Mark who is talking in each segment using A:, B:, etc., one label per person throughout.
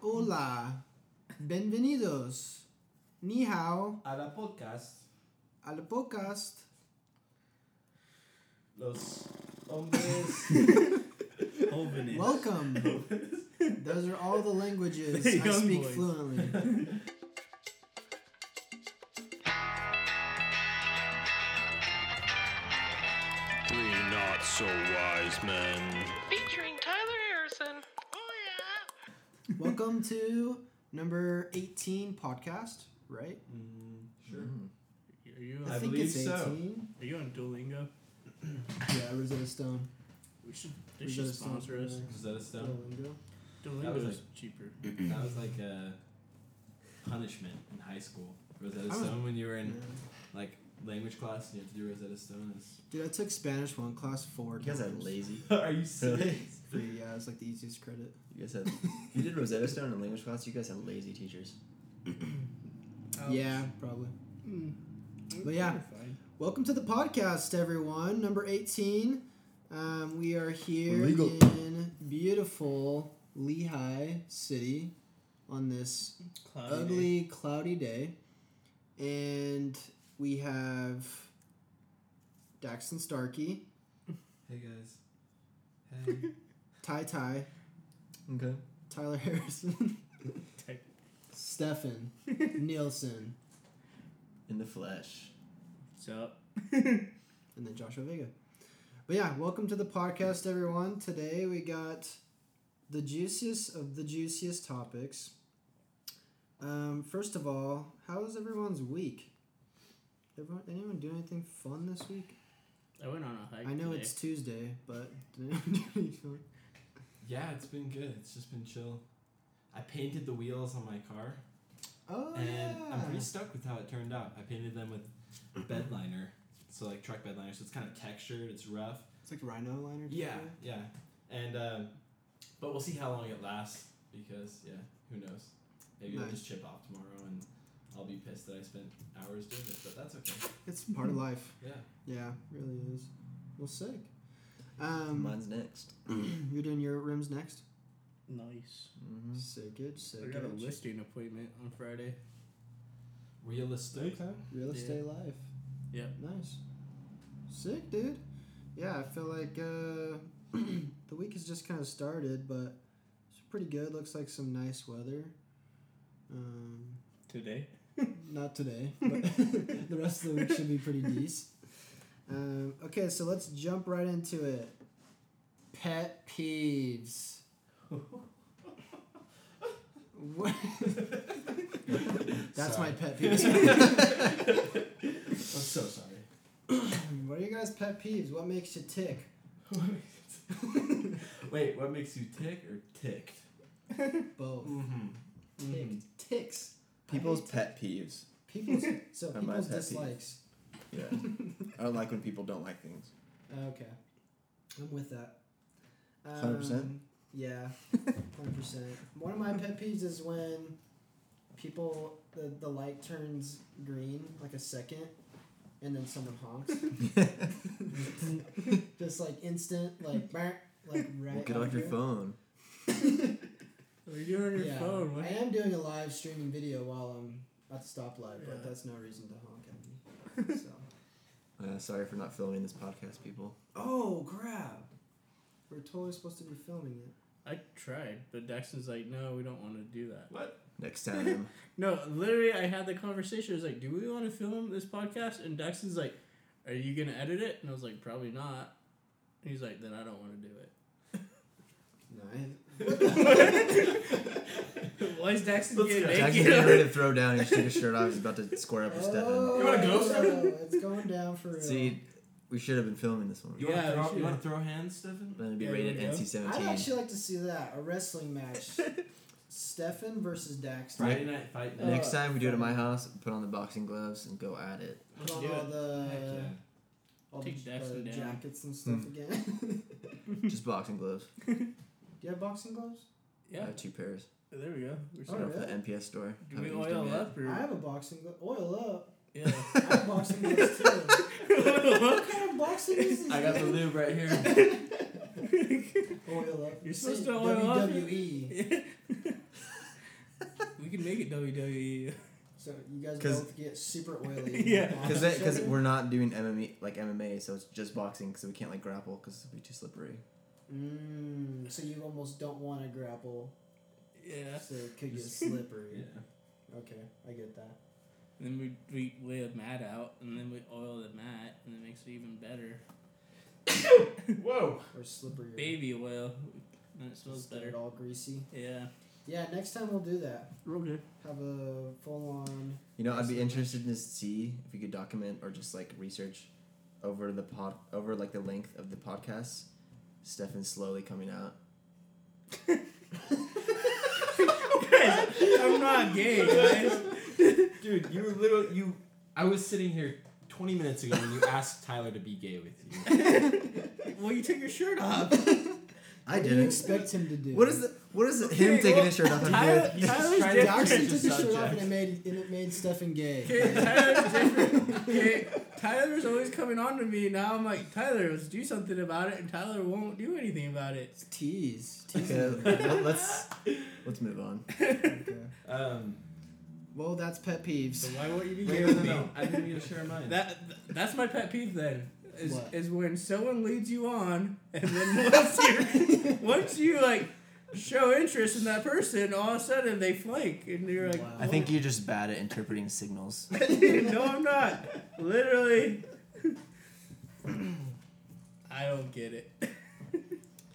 A: Hola, bienvenidos, ni hao,
B: a la podcast
A: al podcast.
B: Los Hombres
C: Open it.
A: Welcome. Those are all the languages
C: The
A: I
C: young
A: speak
C: boys.
A: fluently.
D: Three not so wise men.
E: featuring Tyler Harrison. Oh yeah.
A: Welcome to number 18 podcast, right?
B: Mm, sure.
C: Are you
B: I
C: on,
B: believe so.
C: are you on Duolingo?
A: Yeah, Rosetta Stone.
C: We should they
A: We
C: should
A: gotta stop
C: sponsor us.
A: doing
B: Is that a stone?
A: Duolingo.
B: That
C: Duolingo
B: was
C: is
B: like-
C: cheaper.
A: Mm.
B: that was like a punishment in high school. Rosetta
A: I was-
B: Stone when you were in
A: Yeah.
B: like language class and you have to do Rosetta Stone. Is...
A: Dude, I took Spanish one class four
F: You guys are
A: times.
F: lazy.
B: Are you serious?
A: Free, yeah, it's like the easiest credit.
F: You guys have. you did Rosetta Stone in language class. You guys have lazy teachers.
B: Oh.
A: Yeah, probably.
C: Mm.
A: But yeah. Welcome to the podcast, everyone. Number 18. Um, we are here
F: We're legal.
A: in beautiful Lehigh City on this
C: Cloudy day.
A: ugly, cloudy day. And we have Dax and Starkey,
B: hey guys. Hey.
A: Ty Ty,
F: Okay.
A: Tyler Harrison,
C: Ty-
A: Stefan Nielsen,
F: In the flesh.
C: What's up?
A: and then Joshua Vega. But yeah, welcome to the podcast, everyone. Today we got the juiciest of the juiciest topics. Um, first of all, how was everyone's week? Everyone, anyone do anything fun this week?
C: I went on a hike.
A: I know
C: today.
A: it's Tuesday, but did anyone do anything fun?
B: yeah, it's been good. It's just been chill. I painted the wheels on my car
A: Oh
B: and
A: yeah.
B: I'm pretty stuck with how it turned out. I painted them with bed liner. So like truck bed liner, so it's kind of textured, it's rough.
A: it's like Rhino Liner.
B: Yeah, yeah, and um, but we'll see how long it lasts because yeah, who knows? Maybe it'll
A: Nice.
B: just chip off tomorrow, and I'll be pissed that I spent hours doing it. But that's okay.
A: It's part of life.
B: Yeah.
A: Yeah, really is. Well, sick. Um,
F: Mine's next.
A: you're doing your rims next.
C: nice.
F: Mm-hmm.
A: Sick it, sick
C: I got a
A: it.
C: listing appointment on Friday.
B: Realistic.
A: Real
C: Yeah.
A: estate life.
C: Yep.
A: Nice. Sick, dude. Yeah, I feel like uh, the week has just kind of started, but it's pretty good. Looks like some nice weather. Um,
C: Today.
A: not today, but the rest of the week should be pretty decent. Um, okay, so let's jump right into it. Pet peeves. What? That's my
B: Sorry.
A: pet peeves.
B: I'm so sorry.
A: what are you guys' pet peeves? What makes you tick?
B: Wait, what makes you tick or ticked?
A: Both.
B: Mm-hmm.
A: Tick. Ticks. I
F: People's
A: hate
F: pet peeves.
A: people's so
F: Are my
A: people's
F: pet peeves.
A: dislikes.
F: Yeah. I don't like when people don't like things.
A: Uh, Okay, I'm with that.
F: 100%?
A: Um, Yeah, hundred percent. One of my pet peeves is when people the, the light turns green like a second, and then someone honks. Just like instant, like burnt, like right.
F: Well, get
A: out
F: off your
A: here.
F: phone.
C: What are you doing on your
A: yeah.
C: phone? What?
A: I am doing a live streaming video while I'm at the stoplight,
C: Yeah.
A: but that's no reason to honk at me. So.
F: Uh, sorry for not filming this podcast, people.
A: Oh crap! We're totally supposed to be filming it.
C: I tried, but Daxton's like, no, we don't want to do that.
B: What?
F: Next time.
C: No, literally, I had the conversation. I was like, do we want to film this podcast? And Daxton's like, are you going to edit it? And I was like, probably not. And he's like, then I don't want to do it.
A: No, I,
C: Why is Daxton
B: Let's go.
C: getting naked?
F: Jackson's getting ready to throw down. He just took his shirt off. He's about to square up with Stefan.
B: You wanna go,
A: Oh, It's going down for real.
F: See, we should have been filming this one.
B: You
C: Yeah,
B: wanna
C: we
B: throw,
C: should.
B: you wanna throw hands, Stefan?
F: Then it'd be
C: Yeah, you
F: rated
C: wanna go?
A: I'd
F: NC-17.
A: actually like to see that a wrestling match. Stefan versus Dax.
B: Friday night fight night.
F: Next time we do it at my house, put on the boxing gloves and go at it.
A: Put
C: Let's
A: on
C: do
A: all
C: it.
A: the,
B: Heck yeah.
A: all
C: Take
A: the,
C: Daxton
A: the
C: down.
A: jackets and stuff
F: Hmm.
A: again.
F: Just boxing gloves.
A: Do you have boxing gloves?
F: I
C: Yeah,
F: have two pairs.
C: there we go. We're
A: Oh,
F: Got 'em
A: really?
F: from the NPS store.
C: Do
F: Haven't
C: we
F: used 'em
C: oil
F: yet.
C: up
A: I
C: or
A: have a boxing glove. Oil up.
C: yeah?
A: I have boxing gloves too. what kind of boxing is this?
B: I got the
A: man?
B: lube right here.
A: Oil up.
C: You're
A: Say
C: E. supposed to oil up.
A: WWE.
C: We can make it E. WWE.
A: So you guys
F: 'Cause-
A: both get super oily.
C: Yeah.
F: Because because we're not doing MMA like MMA, so it's just boxing. Because we can't like grapple because it'd be too slippery.
A: Mm, so you almost don't want to grapple,
C: yeah.
A: so it could get
B: Just-
A: slippery.
B: Yeah.
A: Okay, I get that.
C: And then we we lay a mat out, and then we oil the mat, and it makes it even better.
B: Whoa.
A: Or slippery.
C: Baby oil, and it smells
A: Just get
C: better.
A: it all greasy.
C: Yeah.
A: Yeah, next time we'll do that.
C: Okay.
A: Have a full on.
F: You know, I'd be interested to see if we could document or just like research over the pod over like the length of the podcast. Stefan slowly coming out.
C: guys, I'm not gay, guys.
B: Dude, you were literally you. I was sitting here 20 minutes ago when you asked Tyler to be gay with you.
C: Well, you took your shirt off.
F: I
A: What do you
F: didn't.
A: expect him to do?
F: What is the what is it?
C: Okay,
F: him taking
C: well,
F: his shirt off?
C: Tyler-
F: I'm good.
C: Tyler's
B: trying to
C: different.
B: change the
A: Jackson took his shirt off and
B: subject.
A: it made and it made Stefan
C: Okay,
A: gay.
C: Tyler's different. Okay, Tyler's always coming on to me. Now I'm like, Tyler, let's do something about it, and Tyler won't do anything about it.
A: Tease. Tease.
F: Okay, let- let's let's move on.
A: Okay.
B: Um,
A: Well, that's pet peeves.
C: So why won't you be
B: wait,
C: gay
B: no,
C: with
B: no,
C: me?
B: no. I didn't even share mine.
C: That that's my pet peeve then. Is,
A: What?
C: is when someone leads you on and then once you once you like show interest in that person, all of a sudden they flank and you're like
A: Wow.
F: I think you're just bad at interpreting signals.
C: No I'm not. Literally I don't get it.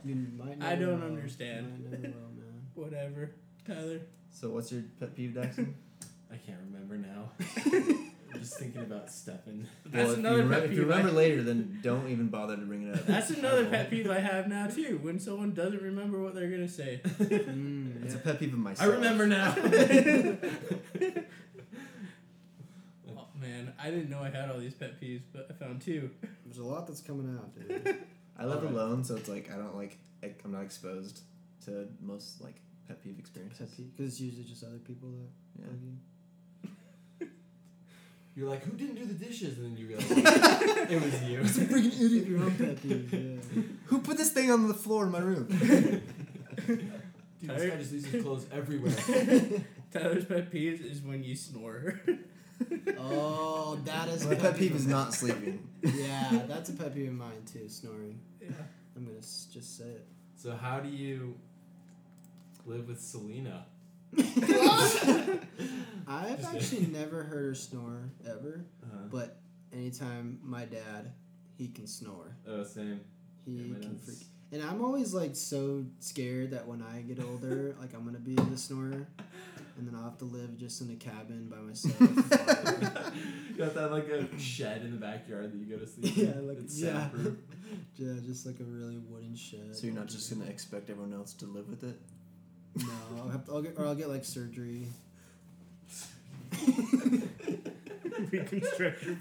A: You might
C: I
A: never
C: don't
A: know.
C: understand.
A: You might never know, man.
C: Whatever. Tyler.
F: So what's your pet peeve, Daxon?
B: I can't remember now. I'm just thinking about Stefan.
C: That's
F: if you
C: another
F: remem-
C: pet
F: If
C: peeve.
F: you remember
C: I-
F: later, then don't even bother to bring it up.
C: That's another
B: Oh.
C: pet peeve I have now too, when someone doesn't remember what they're gonna say.
A: Mm,
F: It's
A: yeah.
F: a pet peeve of
B: I
F: myself.
B: remember now.
C: Oh man, I didn't know I had all these pet peeves, but I found two.
A: There's a lot that's coming out, dude.
F: I live
B: Alright.
F: alone, so it's like I don't like ec- I'm not exposed to most like pet peeve experiences.
A: Pet peeve. Because it's usually just other people that
F: Yeah.
A: bug you.
B: You're like, who didn't do the dishes? And then you realize it was you.
A: Freaking idiot, your own pet peeve. Yeah.
F: Who put this thing on the floor in my room?
B: Dude, this guy just leaves his clothes everywhere.
C: Tyler's pet peeves is when you snore.
A: Oh, that is. a
F: my pet peeve
A: of
F: is
A: mine.
F: not sleeping.
A: Yeah, that's a pet peeve of mine too. Snoring.
C: yeah.
A: I'm gonna s- just say it.
B: So how do you live with Selena?
A: I've
B: Just
A: actually never heard her snore ever,
C: Uh-huh.
B: Uh,
A: but anytime my dad, he can snore.
B: oh, same.
A: He
B: Yeah, my
A: can
B: dad's-
A: freak. And I'm always like so scared that when I get older, like I'm gonna be the snorer, and then I'll have to live just in a cabin by myself.
B: you got that like a shed in the backyard that you go to sleep.
A: Yeah,
B: in?
A: like-
B: it's
A: yeah.
B: soundproof.
A: yeah, just like a really wooden shed.
F: So you're not just gonna expect everyone else to live with it.
A: No, I'll have to, I'll get or I'll get like surgery.
C: Reconstruct your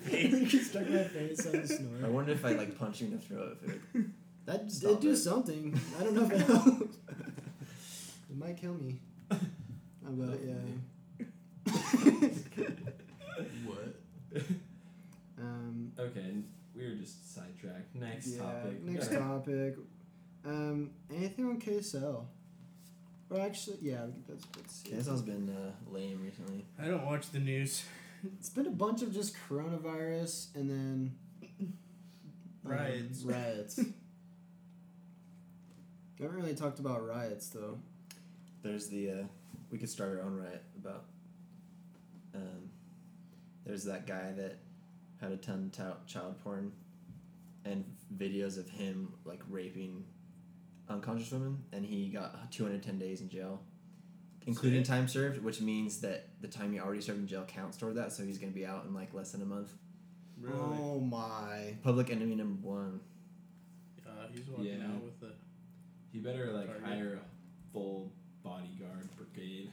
A: Stuck my face on the
F: I
A: snore.
F: wonder if I like punch you in the throat. If it would-
A: That
F: Stop
A: did do
F: it.
A: something. I don't know if it helps. It might kill me. Uh, But yeah.
B: What?
A: Um,
B: Okay, and we were just sidetracked. Next
A: yeah.
B: topic.
A: Next
B: Yeah.
A: topic. Um, anything on KSL? Well, actually, yeah. we could- That's, that's
F: Okay, this has been uh, lame recently.
C: I don't watch the news.
A: It's been a bunch of just coronavirus and then um,
C: Riots.
A: riots. We haven't really talked about riots though.
F: There's the uh, we could start our own riot about. Um, there's that guy that had a ton of tou- child porn, and videos of him like raping unconscious women, and he got 210 days in jail, including
B: Sick.
F: time served, which means that the time he already served in jail counts toward that, so he's gonna be out in like less than a month.
A: Oh my.
F: Public enemy number one.
C: Uh, he's walking
B: Yeah.
C: out with a.
B: You better like
C: Target.
B: hire a full bodyguard brigade.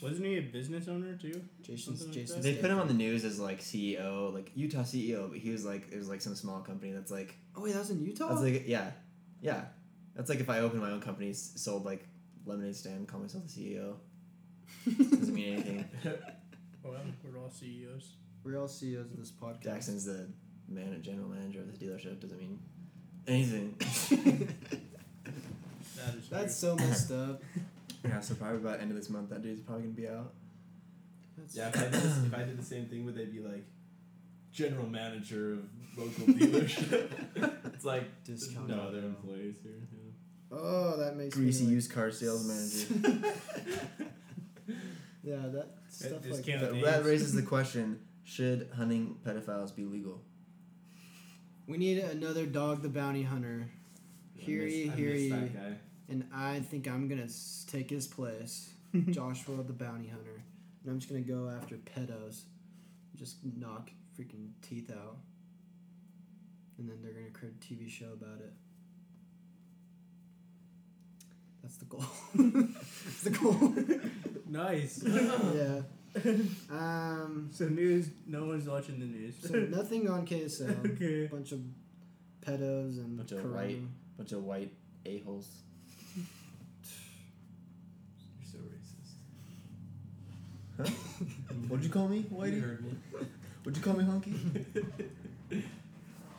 C: Wasn't he a business owner too?
A: Jason's
C: Something like
A: Jason's
C: that?
F: They
A: dead.
F: put him on the news as like CEO, like Utah CEO, but he was like it was like some small company that's like
A: Oh wait, that was in Utah?
F: That's like yeah, yeah. That's like if I opened my own company, s- sold like lemonade stand, call myself the CEO. Doesn't mean anything.
C: Oh, Well, we're all E CEOs.
A: We're all CEOs of this podcast.
F: Jackson's the man, general manager of the dealership. Doesn't mean anything.
C: That is
A: That's so messed up.
F: Yeah, so probably by the end of this month, that dude's probably gonna be out.
A: That's,
B: Yeah, if I, did this, if I did the same thing, would they be like general manager of local dealership? it's like
A: Discount
B: no other
A: auto.
B: employees here. Yeah.
A: Oh, that makes me
F: Greasy
A: like-
F: used car sales manager.
A: Yeah, that stuff
B: just
A: like
B: can't-
A: that.
F: That, that raises the question: Should hunting pedophiles be legal?
A: We need another dog, the bounty hunter. Hear
B: I miss-
A: ye,
B: I
A: hear
B: miss
A: ye.
B: that guy.
A: And I think I'm gonna s- take his place, Joshua the bounty hunter. And I'm just gonna go after pedos, just knock freaking teeth out. And then they're gonna create a TV show about it. That's the goal. That's the goal.
C: Nice.
A: yeah. Um.
C: so news. No one's watching the news.
A: So nothing on KSL.
C: okay.
A: bunch of pedos and
F: Bunch of
A: corona.
F: white- Bunch of white a holes.
B: You're so racist.
F: What'd you call me,
B: You
F: Whitey?
B: heard me.
F: What'd you call me, honky?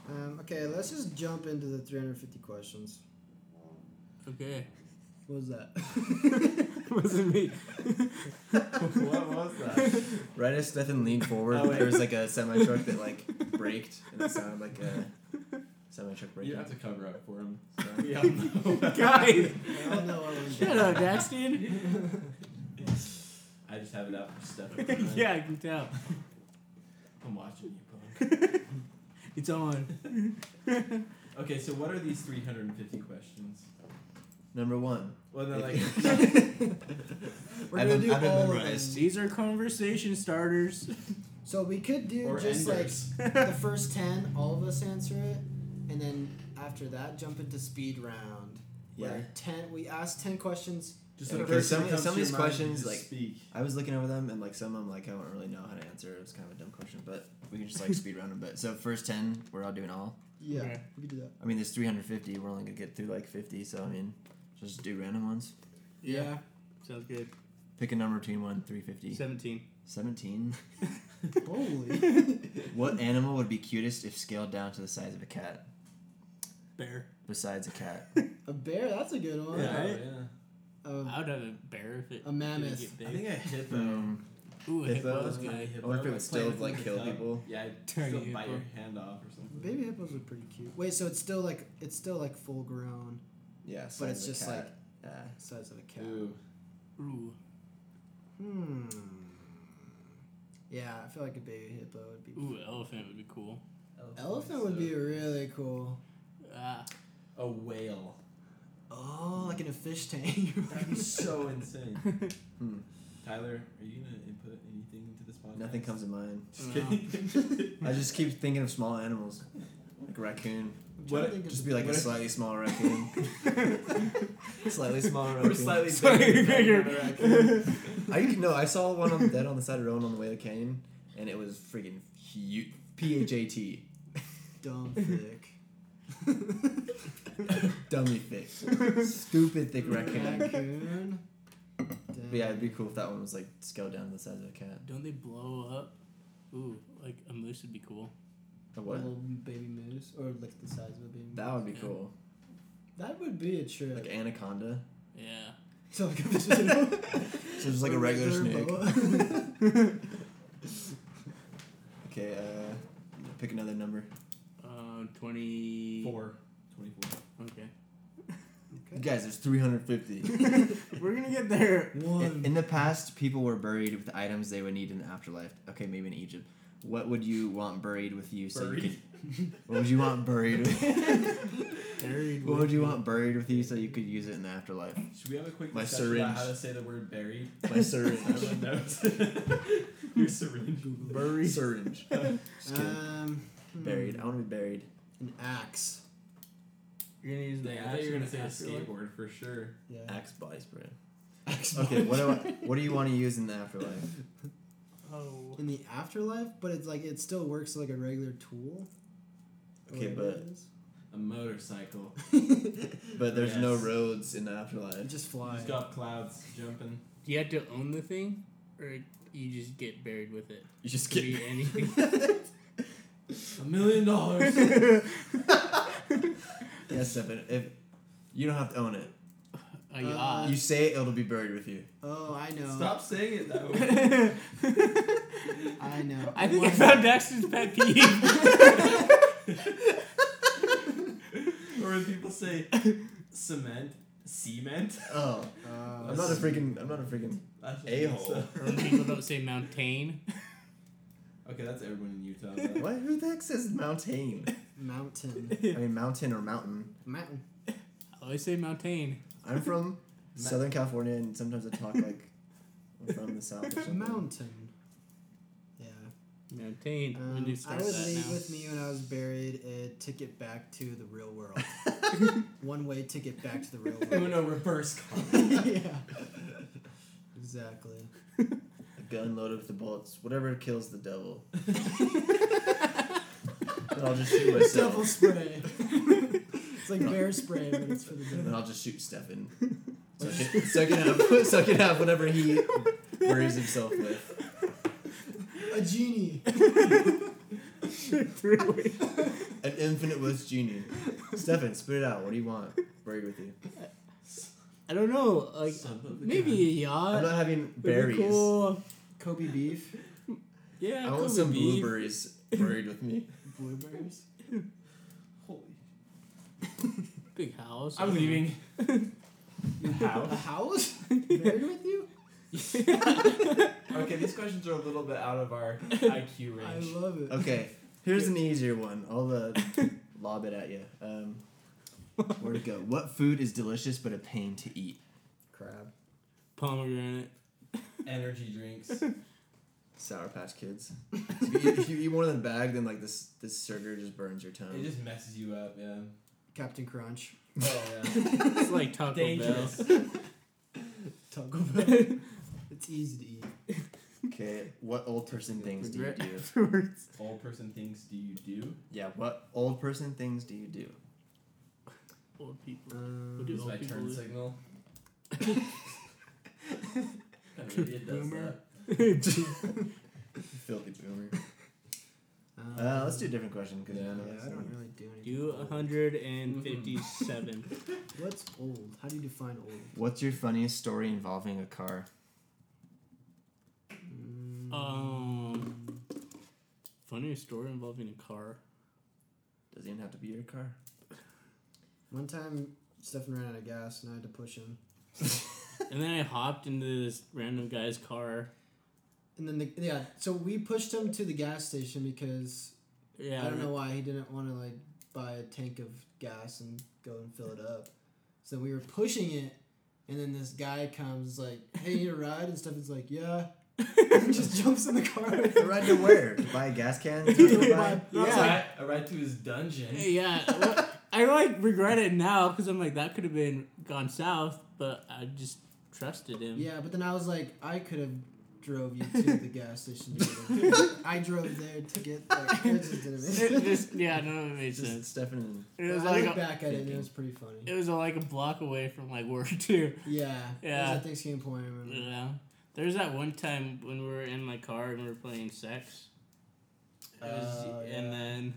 A: Um, okay, let's just jump into the 350 questions.
C: Okay.
A: What was that?
C: Wasn't me.
B: what was that?
F: Right as Stefan leaned forward,
B: Oh, wait.
F: there was like a semi truck that like braked, and it sounded like a semi truck
B: You
F: braking.
B: have to cover up for him.
F: So,
B: We all know.
C: Guys,
A: Oh, I don't know what was
C: shut up, Daxton.
B: I just have it out for Steph.
C: yeah, I can tell.
B: I'm watching you, punk.
C: It's on.
B: Okay, so what are these 350 questions?
F: Number one.
B: Well, they're like,
F: If-
A: We're
F: I've
A: gonna
F: been-
A: do
F: I've been
A: all of
F: memorized.
A: them.
C: These are conversation starters.
A: So we could do
B: or
A: just
B: enders.
A: like the first 10, all of us answer it, and then after that, jump into speed round.
F: yeah.
A: Where 10, we ask 10 questions.
B: Just
A: Okay,
B: whatever
F: some-
B: comes
F: some of
B: to
F: these
B: your mind, you
F: questions,
B: just
F: like-
B: speak.
F: I was looking over them, and like some I'm like I don't really know how to answer. It was kind of a dumb question, but we can just like speed round them. But so first ten, we're all doing all.
A: Yeah,
C: Okay.
A: we could do that.
F: I mean, there's 350. We're only gonna get through like 50, so I mean, just do random ones.
C: Yeah. Sounds good.
F: Pick a number between one and 350.
C: 17.
F: 17.
A: Holy.
F: What animal would be cutest if scaled down to the size of a cat?
C: Bear.
F: Besides a cat,
A: a bear, that's a good one.
B: Oh,
A: Um,
B: Yeah,
C: Alright.
B: yeah.
A: A,
C: I would have a bear if it
A: A mammoth.
C: didn't get
B: I
C: big.
B: think a hippo.
F: um,
C: Ooh, a
F: If that
C: hippo
F: was
C: is
B: Like a
C: good.
B: hippo,
F: Or if it would still,
B: playing
F: like,
B: with
F: kill
B: the cup.
F: people.
B: Yeah, I'd
C: Turn
B: still
C: you
B: bite
C: hippo.
B: your hand off or something.
A: baby hippos are pretty cute. Wait, so it's still like, it's still like full grown,
F: yeah,
A: but
F: size
A: it's
F: of a
A: just
F: cat.
A: like
F: Yeah.
A: size of a cat.
B: Ooh.
C: Ooh.
A: Hmm. Yeah, I feel like a baby hippo would be.
C: Ooh, elephant would be cool.
A: Elephant would be really cool.
C: Ah.
B: a whale.
A: Oh, like in a fish tank.
B: That'd be so insane.
F: Hmm.
B: Tyler, are you gonna input anything into this podcast?
F: Nothing comes to mind.
B: Just
C: No.
B: kidding.
F: I just keep thinking of small animals, like a raccoon.
A: I'm trying to
B: What-
A: think of-
F: Just be like a
B: What if-
F: slightly small raccoon. slightly smaller raccoon.
B: We're slightly
C: Slightly
B: bigger.
C: bigger.
F: I can- no, I saw one on dead on the side of the road on the way to the canyon, and it was freaking huge. P H A T.
A: dumb thick.
F: Dummy thick. Stupid thick raccoon.
A: Raccoon.
F: But yeah, it'd be cool if that one was like scaled down to the size of a cat.
C: Don't they blow up? Ooh, like a moose would be cool.
F: A
A: A
F: what?
A: little baby moose, or like the size of a baby. Moose.
F: That would be cool.
A: That would be a trip.
F: Like anaconda.
C: Yeah.
A: so like a,
F: So just like a regular snake.
A: boa.
F: Okay, uh, pick another number. Uh,
C: Um, 20.
B: Four. Twenty-four.
C: Okay.
F: Guys, there's 350.
C: We're gonna get there.
F: In,
A: One.
F: in the past, people were buried with items they would need in the afterlife. Okay, maybe in Egypt. What would you want buried with you? So you
B: Buried.
F: could, what would you want buried? With,
C: Buried
F: what would you
C: with-
F: want buried with you so you could use it in the afterlife?
B: Should we have a quick
F: My
B: discussion
F: syringe.
B: about how to say the word buried?
F: My syringe.
B: Everyone knows. Your syringe.
F: buried syringe. Just kidding.
A: um, hmm,
F: buried. I want to be buried.
A: An axe.
C: You're gonna use the
B: Dang, I thought you were gonna say a
C: afterlife?
B: skateboard for sure.
A: Yeah.
F: Axe body spray.
A: Axe.
F: Okay, what do I, what do you want to use in the afterlife?
C: Oh.
A: in the afterlife, but it's like it still works like a regular tool. or
F: Okay,
A: whatever
F: but-
A: it is.
B: A motorcycle.
F: But there's no
B: Yes.
F: roads in the
A: You
F: afterlife.
A: just fly.
B: Just go up clouds, jumping.
C: Do you have to own the thing, or you just get buried with it?
F: You just
C: Could
F: get
C: be anything.
B: A million dollars.
F: yes, Stefan. If you don't have to own it,
C: A
A: Uh,
C: yacht.
F: You say it, it'll be buried with you.
A: Oh, I know.
B: Stop saying it though.
A: I know. Uh,
C: I think I
A: One-
C: found Daxton's pet peeve.
B: or when people say cement, cement.
F: Oh,
A: Uh,
F: I'm not a freaking. I'm not a freaking.
B: That's
F: A-hole.
C: or when people don't say mountain.
B: Okay, that's everyone in Utah. though.
F: What? Who the heck says mountain?
A: mountain.
F: I mean, mountain or mountain.
A: Mountain.
C: I always say mountain.
F: I'm from Southern California, and sometimes I talk like I'm from the South. Or something.
A: Mountain. Yeah.
C: Mountain.
A: Um,
C: when you start
A: I would
C: that
A: leave
C: now.
A: with me when I was buried a ticket back to the real world. One way ticket back to the real world.
B: Uno reverse card.
A: yeah. Exactly.
F: A gun loaded with the bullets, whatever kills the devil. then I'll just shoot
A: Double
F: myself.
A: spray. it's like bear spray, but it's for the
F: Then
A: devil.
F: I'll just shoot Stefan. So I can, so I can have, so I can have whatever he buries himself with.
A: A genie.
F: An infinite was genie. Stefan, spit it out. What do you want? Buried with you.
C: I don't know. Like
F: Oh
B: Son of a
C: maybe a
B: gun.
C: yacht.
F: I'm not having
C: would be
F: berries.
C: Cool.
A: Kobe beef.
C: Yeah.
F: I
C: cool
F: want some
C: would be.
F: blueberries buried with me.
A: Blueberries.
B: Holy.
C: Big house.
B: I'm leaving.
A: A house? Buried with you?
B: Okay, these questions are a little bit out of our IQ
A: I
B: range.
A: love it.
F: Okay, here's an easier one. I'll uh, lob it at you. Um, where to go? What food is delicious but a pain to eat?
A: Crab.
C: Pomegranate.
B: Energy drinks.
F: Sour Patch Kids. if, you, if you eat one in the bag, then like this this sugar just burns your tongue.
B: It just messes you up, yeah.
A: Captain Crunch.
B: Oh yeah.
C: It's like Taco Bell.
B: Dangerous.
A: Taco Bell. it's easy to eat.
F: okay, what old person things do you
C: Regret
F: do?
C: afterwards.
B: Old person things do you do?
F: Yeah, what old person things do you do?
C: Old people.
A: Um,
C: do
B: Use my
C: old people
B: turn
C: do?
B: signal. Kind of idiot does
C: Boomer.
B: that.
F: Filthy boomer.
A: um,
F: Uh, let's do a different question because
B: Yeah.
F: none
A: Yeah,
F: of us
A: I don't
F: know.
A: really do anything.
C: Do
A: old.
C: 157.
A: What's old? How do you define old?
F: What's your funniest story involving a car?
A: Mm. Uh,
C: um. Funny story involving a car.
F: Doesn't even have to be your car.
A: One time, Stefan ran out of gas and I had to push him.
C: And then I hopped into this random guy's car.
A: And then, the, yeah, so we pushed him to the gas station because
C: Yeah.
A: I don't know why he didn't want to, like, buy a tank of gas and go and fill it up. So we were pushing it, and then this guy comes, like, hey, you need a ride? And Stefan's like, yeah. and just jumps in the car.
F: A ride to where? to buy a gas can?
A: To buy-
B: A
A: Yeah.
B: ride, a ride to his dungeon.
C: Hey, yeah. well, I like regret it now because I'm like that could have been gone south, but I just trusted him.
A: Yeah, but then I was like, I could have drove you to the gas station. To get it. I drove there to get. Like, it just didn't
C: It
A: make
C: just yeah, no, it made
F: Just
C: sense.
F: Stefan.
C: It was
A: I
C: like
A: look
C: a,
A: back at it and it was pretty funny.
C: it was a, like a block away from like work too.
A: Yeah. It
C: Yeah.
A: was at Thanksgiving point. I remember.
C: Yeah. There's that one time when we were in my car and we were playing sex. It was-
A: Oh, yeah.
C: And then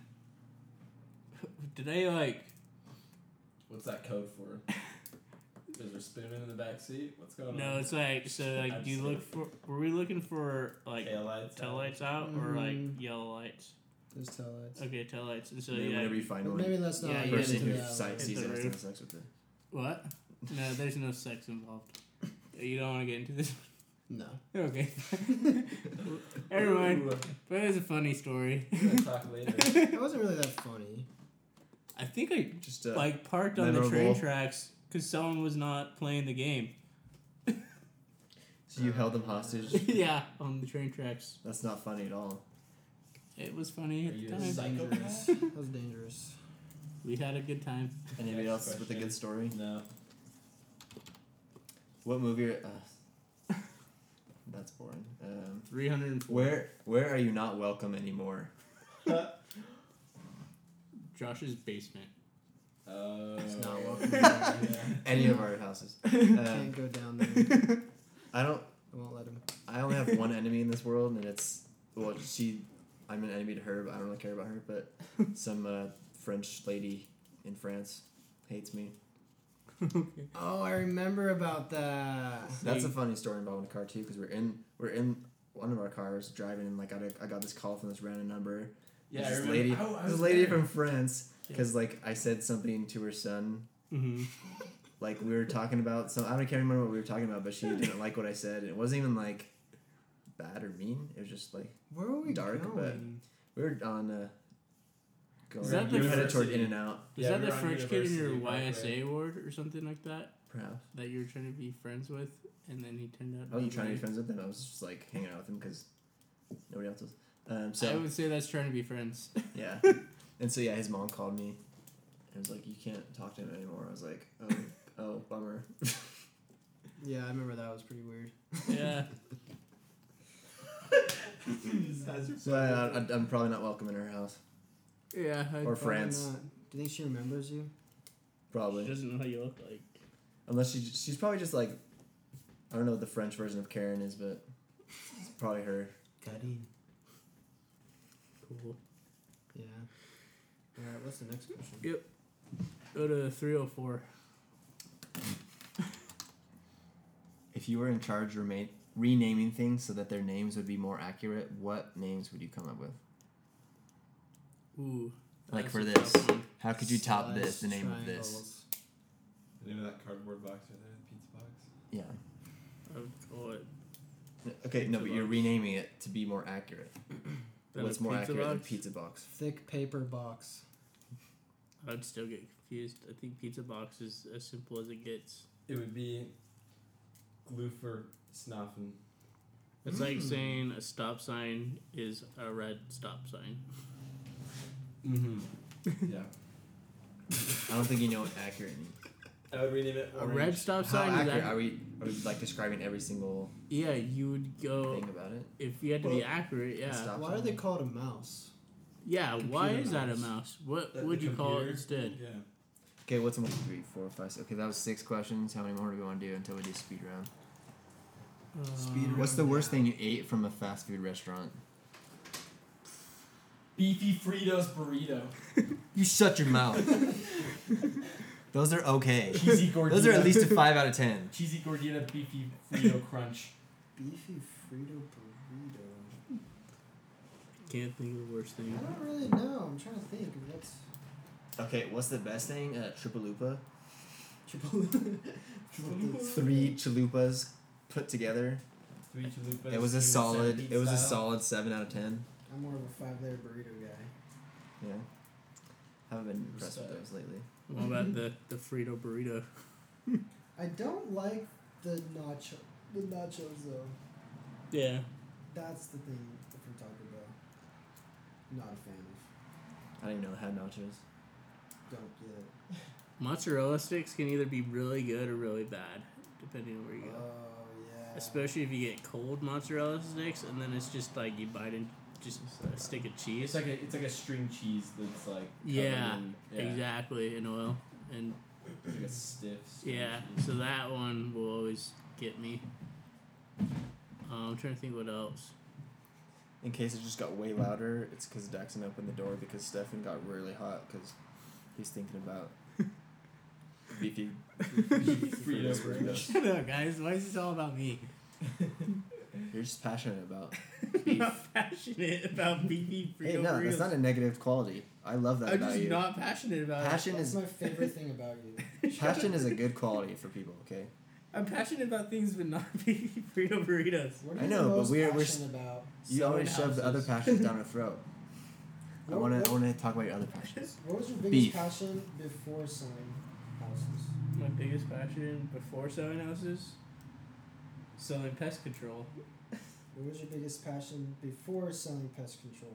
C: did I like
B: What's that code for? Is there spinning in the back seat? What's going
C: no?
B: on?
C: It's like so like do you look for were we looking for like
B: tail lights.
C: tail lights out or like
A: Mhm.
C: yellow lights?
A: Those taillights.
C: Okay, tail lights. And so
F: Maybe
C: yeah,
F: Whenever you find
A: But
F: one,
A: maybe that's not.
C: Yeah,
A: like,
C: you
A: the
C: gotta
F: person
C: do
F: who
A: tail
F: sight
A: lights.
C: Hit
F: sees
C: the
F: it has to
C: roof.
F: have sex with it.
C: What? No, there's no sex involved. You don't want to get into this.
A: No.
C: Okay. Never mind. But it was a funny story.
B: We're gonna talk later.
A: That wasn't really that funny.
C: I think I
F: Just uh,
C: like parked on the train
F: memorable.
C: tracks because someone was not playing the game.
F: so you held them hostage.
C: yeah, on the train tracks.
F: That's not funny at all.
C: It was funny
B: Are
C: at the
B: you a
C: time.
B: psychopath?
A: That was dangerous.
C: We had a good time.
F: Anybody
B: Next
F: else with a
B: question.
F: good story?
B: no.
F: What movie? Are, uh, that's boring. Um,
C: Three hundred and four.
F: where Where are you not welcome anymore?
C: Josh's basement.
B: Oh.
A: It's not welcome.
B: Yeah.
F: Any of our houses. Um,
A: Can't go down there.
F: I don't.
A: I won't let him.
F: I only have one enemy in this world, and it's well, she. I'm an enemy to her, but I don't really care about her. But some uh, French lady in France hates me.
C: okay.
A: Oh, I remember about that.
F: That's a
C: See.
F: funny story involving a car too, because we're in we're in one of our cars driving, and like I, got- I got this call from this random number.
B: Yeah,
F: this
B: I remember.
F: lady,
B: Oh, I
F: this
B: was
F: lady
B: there.
F: from France, because like I said something to her son,
C: Mm-hmm.
F: like we were talking about some I don't I can't remember what we were talking about, but she didn't like what I said. and It wasn't even like bad or mean. It was just like
A: Where were we
F: Dark,
A: going?
F: but- we were on. Uh, going,
C: Is that
F: we
C: the
F: were headed toward
B: university?
F: In and Out,
C: Is
B: Yeah,
C: that
B: we
C: the
B: were on
C: French kid in your
B: university parkway.
C: YSA ward or something like that
F: perhaps.
C: that you were trying to be friends with, and then he turned out.
F: I wasn't Oh, trying to be
C: gay?
F: friends with him. I was just like hanging out with him because nobody else was. Um, so
C: I would say that's trying to be friends.
F: Yeah. and so yeah, his mom called me and was like, "You can't talk to him anymore." I was like, "Oh, oh bummer."
A: Yeah, I remember that was pretty weird.
C: yeah.
F: So
B: uh,
F: I, I, I'm probably not welcome in her house
C: Yeah. I,
F: or
A: Probably
F: France,
A: not. Do you think she remembers you?
C: She
F: probably.
C: doesn't know how you look like.
F: Unless she she's probably just like, I don't know what the French version of Karen is, but it's probably her.
A: Daddy.
C: Cool.
A: Yeah. All right. What's the next question?
C: Go to 304.
F: If you were in charge, remain renaming things so that their names would be more accurate. What names would you come up with?
C: Ooh.
F: Like
C: that's
F: for
C: a
F: this.
C: tough one.
F: How could you top this?
A: Slice
F: The name of this.
A: triangles.
B: The name of that cardboard box right there, the pizza box.
F: Yeah.
C: I would call Oh, it
F: Okay. No, but you're
C: box.
F: renaming it to be more accurate.
C: Than
F: What's
C: a
F: more
C: pizza
F: accurate than
C: box?
F: pizza box?
A: Thick paper box.
C: I'd still get confused. I think pizza box is as simple as it gets.
B: It would be Gloofer Snuffin.
C: It's like saying a stop sign is a red stop sign.
B: Mm-hmm. yeah.
F: I don't think you know what accurate means.
B: I would rename it
C: A
B: Orange.
C: red stop sign
F: How
C: is
F: accurate
C: ac-
F: are we? Are we like describing every single
C: Yeah, you would go
F: thing about it?
C: if you had to be
B: Well,
C: accurate. Yeah,
F: stop.
A: Why do they call it a mouse?
C: yeah. Why
A: Computer
C: is that a
A: mouse.
C: mouse? What
B: That
C: would
B: the
C: you call it
B: computer-
C: instead?
B: Yeah.
F: Okay, what's one, two, three, four, five, six? Okay, that was six questions. How many more do we want to do until we do speed round?
A: Speed
F: What's the
A: round
F: worst
A: now.
F: thing you ate from a fast food restaurant?
B: Beefy Fritos burrito.
F: You shut your mouth. Those are okay.
B: Cheesy gordita.
F: Those are at least a five out of ten.
B: cheesy gordita beefy Frito crunch.
A: Beefy Frito burrito.
C: Can't think of the worst thing.
A: I don't really know. I'm trying to think. What's
F: Okay, what's the best thing? Uh, Tripalupa.
A: triple? triple
F: Three chalupas put together.
B: Three chalupas.
F: It was a
B: Tuna
F: solid.
B: centipede
F: It was a
B: style.
F: solid seven out of ten.
A: I'm more of a five layer burrito guy.
F: Yeah. Haven't been impressed with
B: Respect.
F: those lately.
C: What about the the Frito burrito?
A: I don't like the nacho. The nachos though.
C: Yeah,
A: That's the thing that we're talking about. Not a fan of.
F: I didn't even know they had nachos.
A: Don't get it.
C: mozzarella sticks can either be really good or really bad, depending on where you go.
A: Oh yeah.
C: Especially if you get cold mozzarella sticks, and then it's just like you bite in just a stick of
B: It's
C: cheese.
B: like a it's like a string cheese that's like covered
C: Yeah,
B: in- yeah,
C: Exactly, in oil. And
B: It's like a stiff. string
C: yeah,
B: cheese.
C: so that one will always get me. Uh, I'm trying to think what else.
F: In case it just got way louder, it's because Daxon opened the door because Stefan got really hot because he's thinking about beefy
B: Frito
F: Fritos burritos.
C: Shut up, guys. Why is this all about me?
F: You're just passionate about.
C: I'm not passionate about BB Frito
F: Hey, no, that's
C: burritos.
F: not a negative quality. I love that
C: I'm
F: about
C: just
F: you.
C: not passionate about
F: passion
A: That's
F: is
A: my favorite thing about you.
C: it.
F: passion is a good quality for people. Okay,
C: I'm passionate about things, but not BB Frito burritos.
A: What are
F: I
A: you
F: know,
A: the
F: but
A: most
F: we're- we're s-
A: passionate about?
F: you
C: Selling
F: always shove the other
C: houses.
F: passions down our throat. I
A: What-
F: wanna
A: what-
F: I wanna talk about your other passions.
A: What was your biggest
F: Beef.
A: passion before selling houses?
C: My biggest passion before selling houses, selling pest control.
A: What was your biggest passion before selling pest control?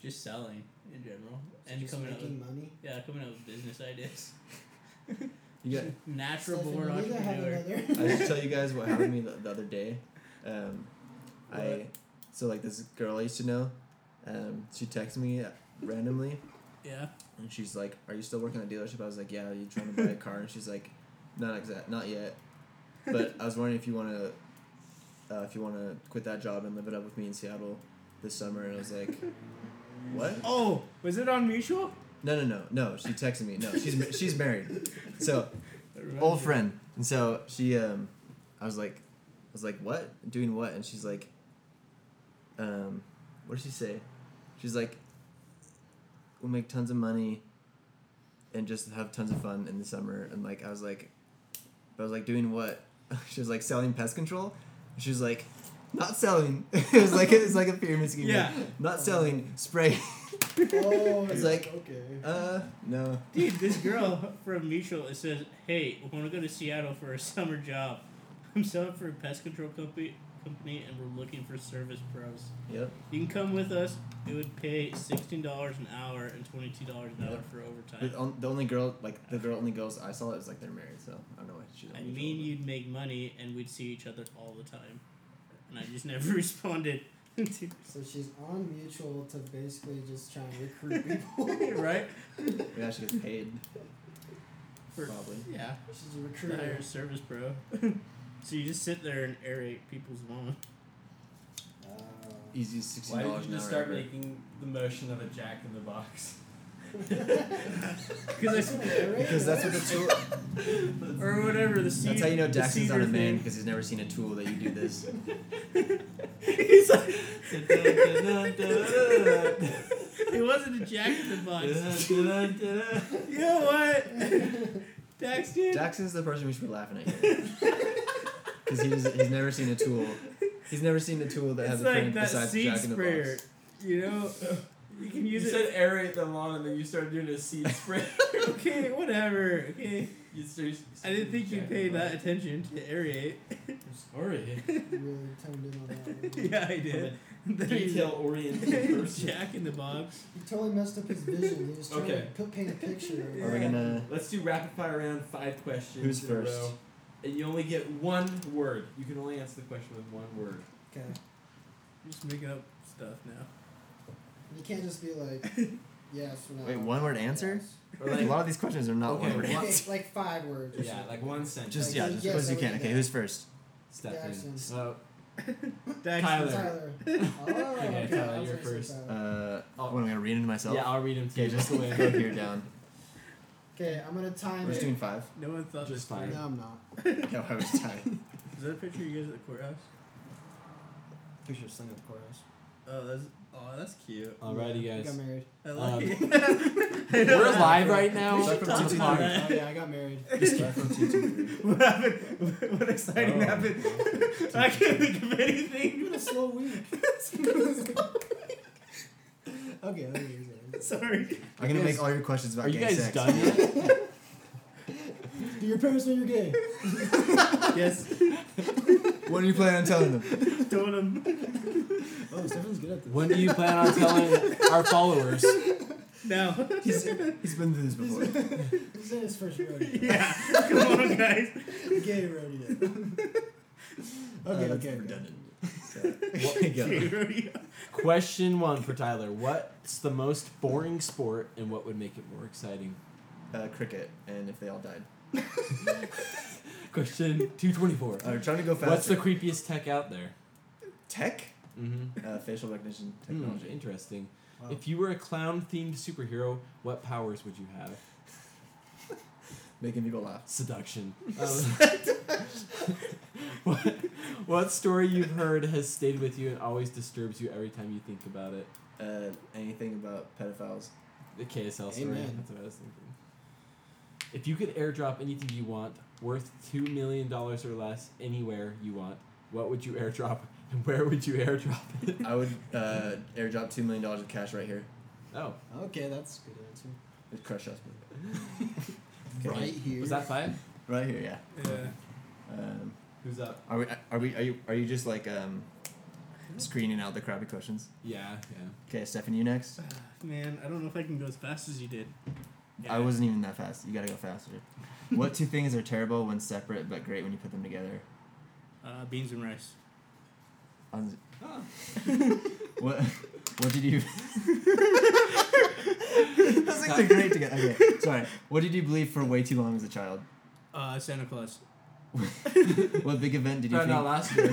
C: Just selling in general,
A: So
C: and
A: just
C: coming up with
A: making money.
C: Yeah, coming up with business ideas.
F: You got,
C: Natural
A: Stefan,
C: born
A: you need to have
C: entrepreneur.
F: I
A: another-
F: just tell you guys what happened to me the, the other day. Um, I
C: What?
F: so like this girl I used to know, um, she texted me randomly
C: Yeah.
F: and she's like, "Are you still working at a dealership?" I was like, "Yeah." Are you trying to buy a car? And she's like, "Not exact, not yet." But I was wondering if you want to, uh, if you want to quit that job and live it up with me in Seattle this summer. And I was like, "What?"
C: Oh, was it on mutual?
F: No, no, no, no. She texted me. No, she's ma- she's married. So
C: reminds
F: old
C: me.
F: friend. And so she, um, I was like, I was like, what? Doing what? And she's like, um, what did she say? She's like, we'll make tons of money and just have tons of fun in the summer. And like, I was like, I was like, doing what? She was like, selling pest control. And she was like, not selling. it was like it was like a pyramid scheme.
C: Yeah.
F: Not selling spray.
A: Oh,
F: It's like,
A: okay.
F: uh, no.
C: Dude, this girl from Mutual it says, "Hey, I want to go to Seattle for a summer job. I'm selling for a pest control company, company, and we're looking for service pros.
F: Yep.
C: You can come with us. It would pay sixteen dollars an hour and twenty two dollars an hour
F: Yep.
C: for overtime.
F: But on, the only girl, like the girl, only girls I saw that was like they're married, so I don't know why she's.
C: I
F: only
C: mean,
F: girl.
C: you'd make money, and we'd see each other all the time. And I just never responded. Dude,
A: So she's on mutual to basically just try and recruit people.
C: right?
F: yeah, she gets paid
C: For-
F: probably.
C: Yeah,
A: She's a
C: to
A: recruiter.
C: hire a service pro. so you just sit there and aerate people's lawn.
A: Uh,
F: Easy sixteen
B: Why did
F: dollars
B: you
F: an hour.
B: just start
F: ever.
B: making the motion of a jack in the box?
A: Uh,
C: Because I.
F: Because that's what the tool.
C: or whatever the seed.
F: that's how you know
C: the
F: Jackson's not
C: cedar
F: a man
C: thing.
F: because he's never seen a tool that you do this.
C: He's like, it wasn't a jack in the box. you know what? Dax, dude.
F: Jackson's the person we should be laughing at here. Because he's, he's never seen a tool. He's never seen a tool that
C: it's
F: has a
C: like
F: print
C: that
F: besides
C: seed
F: Jack in the
C: sprayer.
F: Box.
C: You know, you can
B: You
C: use
B: said
C: it.
B: aerate them on, and then you started doing a seed spray.
C: okay, whatever. Okay,
B: you started,
C: I didn't think you
B: Jack in the
C: paid
B: Box.
C: that attention to aerate.
B: I'm sorry.
A: really toned in on that. one.
C: yeah, I did. Then he's
B: Detail
C: like,
B: oriented person.
C: Jack in the box.
A: He totally messed up his vision. He was trying
B: Okay.
A: to put, paint a picture. of uh,
F: Are we
A: it.
F: gonna?
B: Let's do rapid fire round. Five questions.
F: Who's
B: in
F: first?
B: A row, and you only get one word. You can only answer the question with one word.
A: Okay.
C: Just making up stuff now.
A: You can't just be like, yes or no.
F: Wait, one word answer?
A: Yes.
B: Or
F: a
B: like-
F: lot of these questions are not
B: Okay,
F: one word
B: what-
A: Okay,
F: answers.
A: like five words. or
B: yeah,
A: something.
B: like one sentence.
F: Just yeah,
A: Like,
F: just
A: yes,
F: as
A: I
F: you
A: would
F: can.
A: do
F: Okay,
A: that.
F: who's first?
B: Stefan.
A: Jackson.
B: Uh,
C: Dax
B: Tyler.
A: Tyler. Oh, okay,
B: Tyler,
A: I was
B: you're
A: gonna say
B: first.
A: Tyler.
F: Uh,
B: Oh.
F: what am I gonna read into myself?
B: yeah, I'll read them to
F: Okay,
B: you.
F: just
B: Look away.
F: go here down.
A: Okay, I'm gonna time
F: We're just
A: it.
F: doing five.
C: No one thought
B: Just
C: this
B: fine.
C: through.
A: No, I'm not.
F: No, I was tired.
C: Is that a picture you guys at the courthouse?
A: Picture of Sling of course.
C: Oh, that's oh, that's cute.
B: Alrighty,
A: I got
B: guys.
A: married.
C: I like
B: Um,
C: it.
B: We're live right now.
C: We should
F: From
C: talk
F: two to
C: about
F: three.
A: Oh
C: that.
A: yeah, I got married.
F: Just start from two, two, three.
C: What happened? What exciting
B: Oh.
C: happened? I can't think of anything.
A: It's been a slow week. okay, let me use it.
C: Sorry.
F: I'm gonna
B: You guys-
F: make all your questions about
B: Are you
F: gay
B: guys
F: sex.
B: done yet?
A: Do your parents know you're gay?
C: Yes.
F: What do you plan on telling them?
C: Told him.
A: Oh, Stefan's good at this.
B: when do you plan on telling our followers?
C: No.
F: He's, he's been through this before.
A: This is his first rodeo.
C: Yeah. Come on, guys.
A: gay rodeo. Okay,
F: Uh, that's
A: okay. okay.
F: Redundant. So, okay, go.
B: Question one for Tyler. What's the most boring sport, and what would make it more exciting?
F: Uh, cricket, and if they all died.
B: Question two twenty four.
F: Uh, we're trying to go faster.
B: What's the creepiest tech out there?
F: tech?
B: Mm-hmm.
F: Uh, facial recognition
B: Technology.
F: technology.
B: interesting.
A: Wow.
B: If you were a clown themed superhero, what powers would you have?
F: Making people laugh.
B: Seduction. Um, what, what story you've heard has stayed with you and always disturbs you every time you think about it?
F: Uh, anything about pedophiles?
B: The KSL story.
A: Amen.
B: That's what I was thinking. If you could airdrop anything you want, worth two million dollars or less, anywhere you want, what would you airdrop and where would you airdrop it?
F: I would uh, airdrop $2 million of cash right here.
B: Oh,
A: Okay, that's a good answer.
F: It'd crush us. Okay.
A: Right here.
B: was that five?
F: Right here, yeah.
C: Yeah.
F: Um,
B: Who's up?
F: Are we? Are we? Are you? Are you just like um, screening out the crappy questions?
B: Yeah, yeah.
F: Okay, Stefan, you next.
C: Ah, Man, I don't know if I can go as fast as you did.
F: I wasn't even that fast. You gotta go faster. what two things are terrible when separate but great when you put them together?
C: Uh, beans and rice.
F: I was-
B: Huh.
F: What? What did you? That's like the great together. Okay, sorry. What did you believe for way too long as a child?
C: Uh, Santa Claus.
F: What big event did you
B: No,
F: think?
B: no, last year.
C: It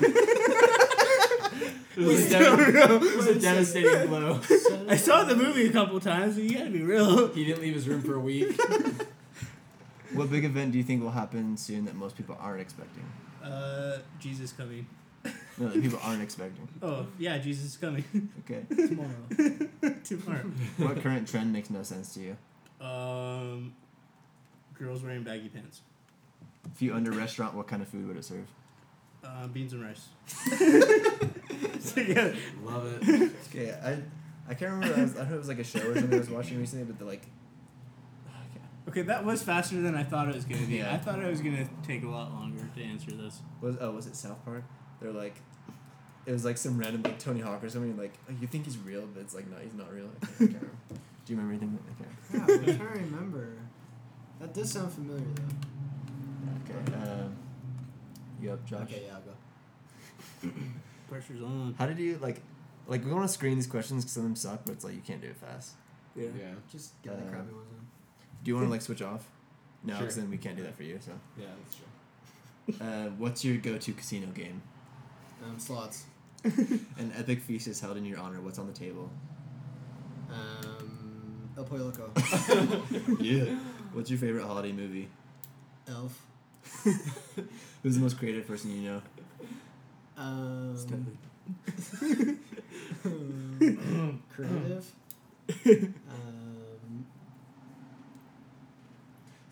C: was,
B: It was a devastating blow.
C: I saw the movie a couple times, but you gotta be real.
B: He didn't leave his room for a week.
F: What big event do you think will happen soon that most people aren't expecting?
C: Uh, Jesus coming.
F: No, that people aren't expecting.
C: Oh yeah, Jesus is coming
F: Okay.
A: Tomorrow.
C: tomorrow.
F: What current trend makes no sense to you?
C: um, girls wearing baggy pants.
F: If you owned a restaurant, what kind of food would it serve?
C: Uh, beans and rice. so, yeah,
B: Love it.
F: Okay, I I can't remember. I, was, I don't know if it was like a show or something I was watching recently, but the like.
C: Okay, that was faster than I thought it was gonna be.
F: Yeah.
C: I thought it was gonna take a lot longer to answer this.
F: Was oh was it South Park? They're like, it was like some random like Tony Hawk or something. Like oh, you think he's real, but it's like no, he's not real. I can't, I can't remember. Do you remember anything? I can't.
A: Yeah, I'm trying to remember. That does sound familiar though.
F: Okay. Um, you up, Josh?
A: Okay, yeah, I'll go.
C: Pressure's on.
F: How did you like? Like we want to screen these questions because some of them suck, but it's like you can't do it fast.
B: Yeah.
A: Just get the
F: Uh,
A: crappy ones in.
F: Do you want to like switch off? No, because
B: Sure.
F: then we can't do that for you. So,
B: Yeah, that's true.
F: uh, what's your go-to casino game?
A: Um, slots.
F: An epic feast is held in your honor. What's on the table?
A: Um, El Pollo Loco.
F: yeah. What's your favorite holiday movie?
A: Elf.
F: Who's the most creative person you know?
A: Um, um, creative. Um,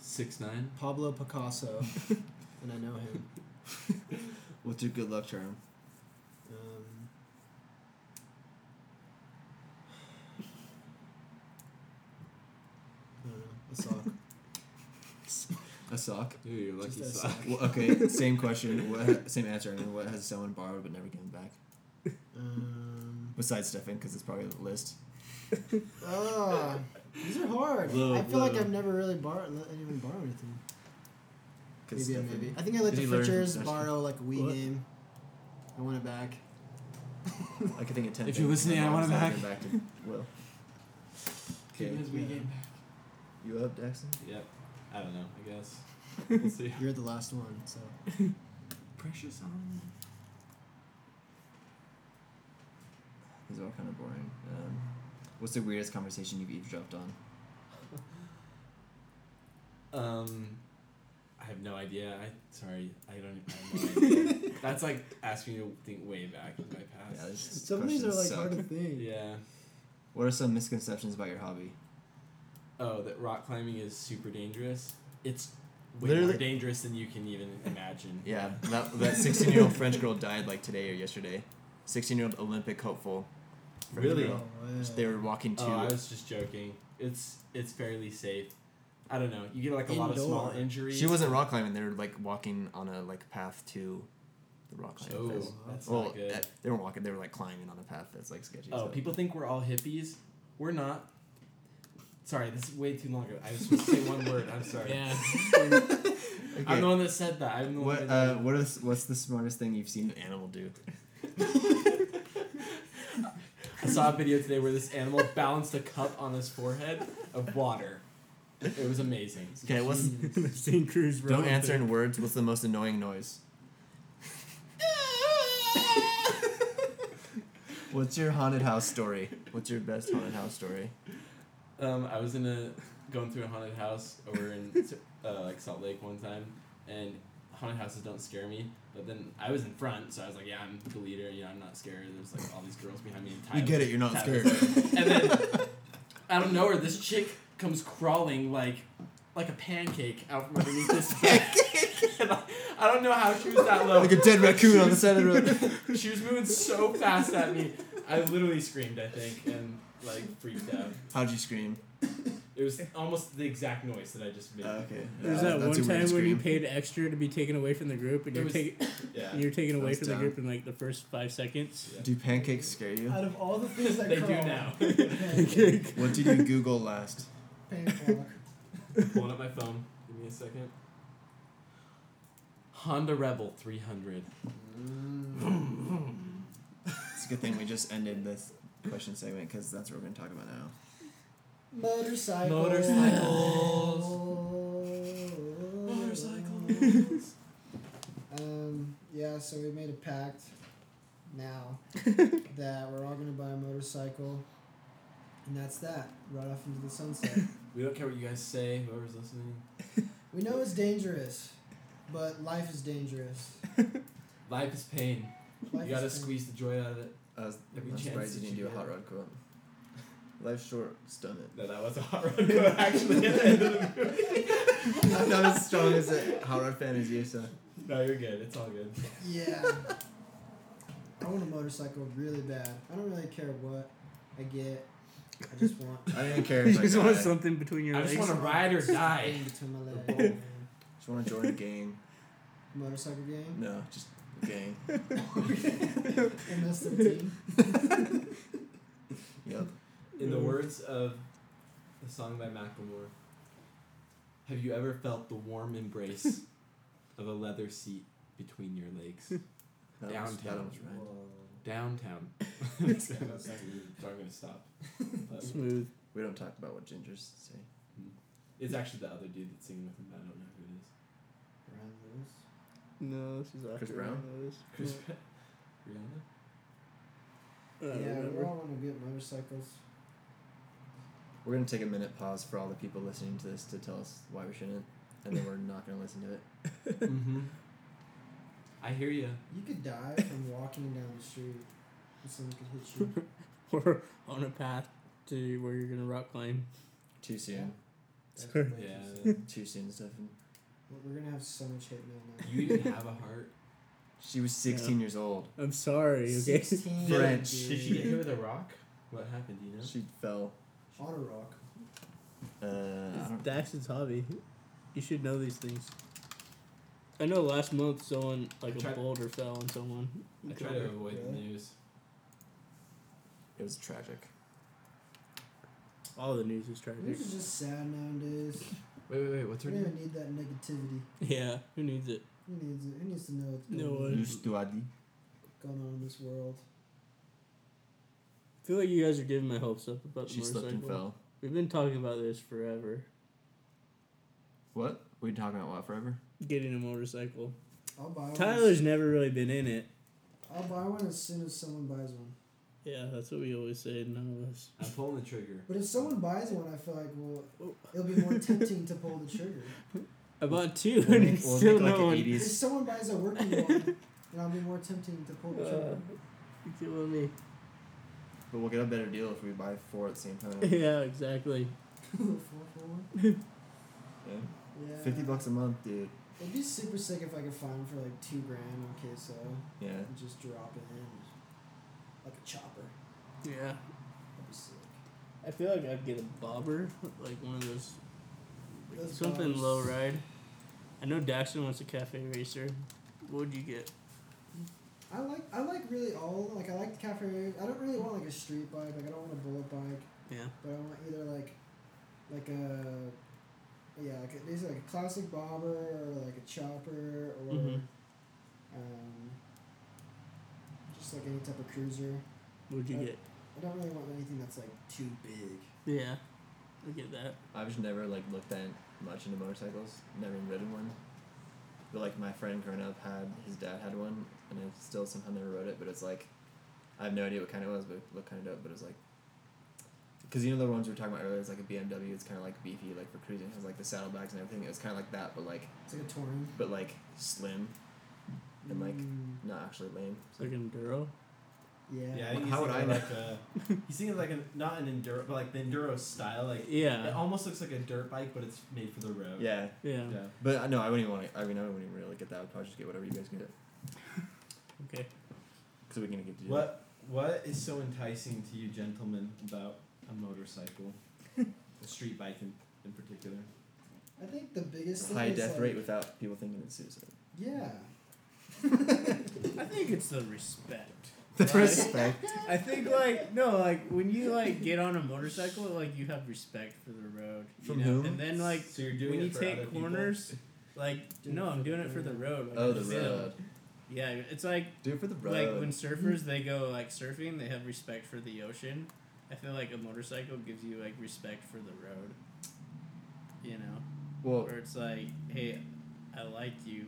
B: Six nine.
A: Pablo Picasso, and I know him.
F: What's your good luck charm?
A: Um, I don't know, a sock.
F: A sock.
B: Dude, you're lucky
A: Just a
B: sock.
F: Well, okay, same question. What, same answer. I mean, what has someone borrowed but never given back?
A: Um,
F: Besides Stefan, because it's probably on the list.
A: ah, these are hard.
F: Low,
A: I feel like
F: low.
A: I've never really borrowed let anyone borrow anything.
F: 'Cause
A: Maybe I
F: Stefan-
A: maybe. I think I let
F: Did
A: the
F: he learn from
A: Fritchers
F: Stefan?
A: borrow like a Wii
F: What?
A: game. I want it back.
F: Like I think at ten.
B: If you're listening, I want it
F: I'll give it back to Will.
B: Keep
F: Okay.
B: his weekend.
F: You up, Daxton?
B: Yep. I don't know. I guess. We'll see.
A: You're the last one, so.
B: Precious on.
F: These are all kind of boring. Um, what's the weirdest conversation you've eavesdropped on?
B: Um, I have no idea. I sorry. I don't. I have no idea. That's like asking me to think way back in my
F: Yeah,
B: past.
F: this
A: Some of these are
F: question
A: like
F: suck.
A: hard to think.
B: Yeah.
F: What are some misconceptions about your hobby?
B: Oh, that rock climbing is super dangerous. It's way
F: Literally-
B: more dangerous than you can even imagine.
F: Yeah, that that 16 year old French girl died like today or yesterday. 16 year old Olympic hopeful. French
B: Really?
F: girl. They were walking to.
B: Oh, I was just joking. It's it's fairly safe. I don't know. You get like a lot of small
A: Indoor.
B: injuries.
F: she wasn't rock climbing. They were like walking on a like path to the rock climbing.
B: Oh,
F: place.
B: that's
F: well,
B: not good.
F: eh, they weren't walking. They were like climbing on a path that's like sketchy.
B: oh,
F: so-
B: people think we're all hippies. We're not. Sorry, this is way too long ago. I was supposed to say one word. I'm sorry.
C: Yeah.
F: Okay.
B: I'm the one that said that. I'm the
F: what
B: one.
F: uh,
B: That
F: what is what's the smartest thing you've seen an animal do?
B: I saw a video today where this animal balanced a cup on his forehead of water. It was amazing.
F: Okay, what's
C: St. Cruz.
F: don't answer in words. What's the most annoying noise? What's your haunted house story? What's your best haunted house story?
B: Um, I was in a going through a haunted house over in uh, like Salt Lake one time, and haunted houses don't scare me. But then I was in front, so I was like, "Yeah, I'm the leader. You know, I'm not scared." There's like all these girls behind me. And
F: We
B: Tyler,
F: get it. You're not
B: Tyler-
F: scared.
B: And then out of nowhere, this chick comes crawling like like a pancake out from underneath this pancake. and I, I don't know how she was that low.
F: like a dead raccoon on the side of the road.
B: she was moving so fast at me. I literally screamed, I think, and like freaked out.
F: How'd you scream?
B: It was almost the exact noise that I just made.
F: Oh, okay.
C: There's that one time when you paid extra to be taken away from the group, and
B: It
C: you're,
B: was-
C: taking
B: Yeah.
C: and you're taken
F: That
C: away
F: was
C: from the
F: dumb.
C: group in like the first five seconds.
F: Do pancakes scare you?
A: Out of all the things that
B: They do
A: crawl,
B: now.
C: Pancake.
F: What did you Google last?
A: pancake.
B: Pulling up my phone. Give me a second. Honda Rebel 300.
F: It's a good thing we just ended this question segment because that's what we're going to talk about now.
A: Motorcycles.
B: Motorcycles.
A: Um, yeah, so we made a pact now that we're all going to buy a motorcycle. And that's that. Right off into the sunset.
B: we don't care what you guys say, whoever's listening.
A: We know it's dangerous, but life is dangerous.
B: Life is pain.
A: Life
B: you gotta
A: is pain.
B: squeeze the joy out of it.
F: I was,
B: Every
F: Uh, I'm
B: chance
F: surprised you
B: that
F: didn't
B: you
F: do a
B: get.
F: hot rod quote. Life's short, stun it.
B: No, that was a hot rod quote, actually, at the end of the movie.
F: I'm not as strong as a hot rod fan as you, so
B: No, you're good. It's all good.
A: Yeah. I want a motorcycle really bad. I don't really care what I get. I just want
F: I don't even care
C: You
F: if I
C: just want
F: die.
C: something between your
B: I
C: legs.
B: just want to ride or die.
A: something between my legs.
B: Both.
A: man.
F: Just want to join a gang.
A: Motorcycle gang.
F: No, just a gang.
A: MS13.
F: Yep.
B: In the words of the song by Macklemore, have you ever felt the warm embrace of a leather seat between your legs?
F: That was, that
B: Downtown.
F: was right.
B: Downtown. That's kind of- so I'm gonna stop. But
C: smooth.
F: We don't talk about what gingers say.
B: it's actually the other dude that's singing with him. but I don't know who it is.
A: Ryan Lewis.
C: No, she's after
F: Brown?
C: those.
B: Chris Pratt? Rihanna?
C: I don't
A: Yeah, we
C: remember.
A: all want to get motorcycles.
F: We're gonna take a minute pause for all the people listening to this to tell us why we shouldn't, and then we're not gonna listen to it.
B: mm-hmm. I hear you.
A: You could die from walking down the street and someone could hit you.
C: We're on a path to where you're gonna rock climb.
F: Too soon.
A: That's
C: Sorry.
A: outrageous.
B: Yeah.
F: Too soon, Stefan.
A: We're- We're gonna have so much hate mail now.
B: You didn't have a heart.
F: She was 16 years old.
C: I'm sorry. Okay.
A: 16,
F: French.
A: dude.
B: Did she get hit with a rock? What happened? Do you know?
F: She fell.
A: On a rock.
F: Uh, I
C: It's
F: don't-
C: Dax's hobby. You should know these things. I know last month someone like
B: I tried-
C: a boulder fell on someone.
B: I try to avoid the
A: Really?
B: news.
F: it was tragic.
C: All the news is tragic.
A: This is just sad nowadays.
B: Wait, wait, wait. What's
A: We don't even need that negativity.
C: Yeah, who needs it?
A: Who needs it? Who needs to know what's going,
C: No
A: on,
C: one.
A: going on in this world?
C: I feel like you guys are giving my hopes up about the
F: She slipped
C: motorcycle.
F: and fell.
C: We've been talking about this forever.
F: What? We talking about what forever?
C: Getting a motorcycle.
A: I'll
F: Oh,
A: buy one.
C: Tyler's never really been in it.
A: I'll buy one as soon as someone buys one.
C: Yeah, that's what we always say. None of us.
F: Uh,
B: I'm pulling the trigger.
A: But if someone buys one, I feel like well,
C: Oh.
A: it'll be more tempting to pull the trigger.
C: I bought two
F: We'll
C: and
F: make- we'll
C: still
F: make like
C: no
F: an
C: one.
F: 80s.
A: If someone buys a working one, then I'll be more tempting to pull the
C: Uh,
A: trigger.
C: you killing me.
F: But we'll get a better deal if we buy four at the same time.
C: Yeah, exactly.
A: Four for one.
F: Yeah.
A: Yeah.
F: Fifty bucks a month, dude.
A: It'd be super sick if I could find for like two grand on queso
F: Yeah.
A: and just drop it in, like a chopper.
C: Yeah.
A: That'd be sick.
C: I feel like I'd get a bobber, like one of those,
A: Those
C: something
A: bobbers.
C: low ride. I know Daxton wants a cafe racer. What would you get?
A: I like I like really all like I like the cafe. I don't really want like a street bike. Like I don't want a bullet bike,
C: Yeah.
A: but I want either like like a yeah like a, either like a classic bobber or like a chopper or
F: Mm-hmm.
C: Mhm.
A: um, just like any type of cruiser.
C: What'd you
A: Uh,
C: get?
A: I don't really want anything that's like too big.
C: Yeah. I get that.
F: I've just never like looked that much into motorcycles. Never even ridden one. But like my friend growing up had his dad had one, and I still somehow never rode it. But it's like, I have no idea what kind it was, but it looked kind of dope. But it was like, because you know the ones we were talking about earlier, it's like a BMW. It's kind of like beefy, like for cruising. It has like the saddlebags and everything. It was kind of like that, but like,
A: It's like a touring.
F: but like slim, And, like,
A: Mm,
F: not actually lame.
C: It's like enduro.
A: yeah.
B: Yeah, I think
F: How
B: he's
F: would
B: thinking
F: I
B: like a, he's thinking like a not an enduro, but like the enduro style. Like it
C: Yeah.
B: almost looks like a dirt bike, but it's made for the road.
F: Yeah,
C: Yeah.
B: Yeah.
F: but uh, no, I wouldn't even want to. I mean, I wouldn't even really get that. I would probably just get whatever you guys get,
C: Okay.
F: because we're gonna get to do
B: What What is so enticing to you, gentlemen, about a motorcycle, a street bike in, in particular?
A: I think the biggest
F: that.
A: thing
F: high
A: is
F: death
A: like,
F: rate without people thinking it's suicide.
A: Yeah.
C: I think it's the respect.
F: The
C: Right.
F: respect.
C: I think like no, like when you like get on a motorcycle, like you have respect for the road. you
F: From
C: know?
F: whom?
C: And then like
B: So you're doing
C: when
B: it
C: you
B: for other
C: take
B: people?
C: corners, like
A: Doing
C: no,
A: it for
C: I'm doing
A: the
C: it for the
A: road.
C: road. Like,
F: Oh,
C: I
F: the
C: just am.
F: road.
C: Yeah, it's like
F: Do it for the road.
C: like when surfers they go like surfing, they have respect for the ocean. I feel like a motorcycle gives you like respect for the road. You know,
F: well,
C: where it's like, hey, I like you,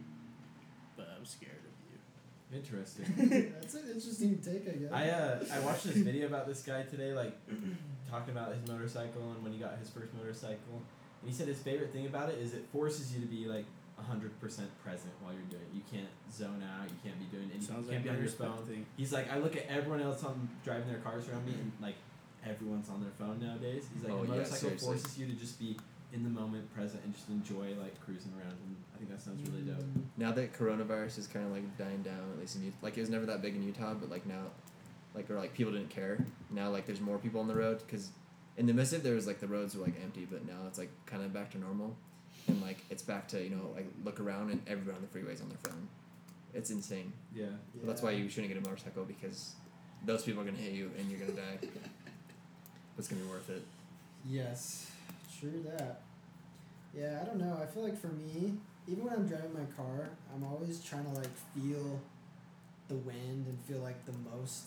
C: but I'm scared of you.
B: Interesting.
A: That's an interesting take, I guess.
B: I uh I watched this video about this guy today, like talking about his motorcycle and when he got his first motorcycle, And he said his favorite thing about it is it forces you to be like 100% present while you're doing it. You can't zone out. You can't be doing anything.
C: Sounds
B: you can't
C: like
B: be on
C: my
B: your
C: respect
B: phone.
C: thing.
B: He's like, I look at everyone else on driving their cars around me, and like everyone's on their phone nowadays. He's like,
F: Oh,
B: the
F: yeah,
B: motorcycle
F: seriously.
B: forces you to just be in the moment, present, and just enjoy like cruising around. And I think that sounds really dope.
F: Now that coronavirus is kind of like dying down, at least in Utah, like it was never that big in Utah, but like now, like or like people didn't care. Now like there's more people on the road because in the midst of there was like the roads were like empty, but now it's like kind of back to normal, and like it's back to you know like look around and everyone on the freeways on their phone. It's insane.
B: Yeah.
A: Yeah.
F: That's why you shouldn't get a motorcycle because those people are gonna hit you and you're gonna die. but it's gonna be worth it.
A: Yes, true that. Yeah, I don't know. I feel like for me, even when I'm driving my car, I'm always trying to like feel the wind and feel like the most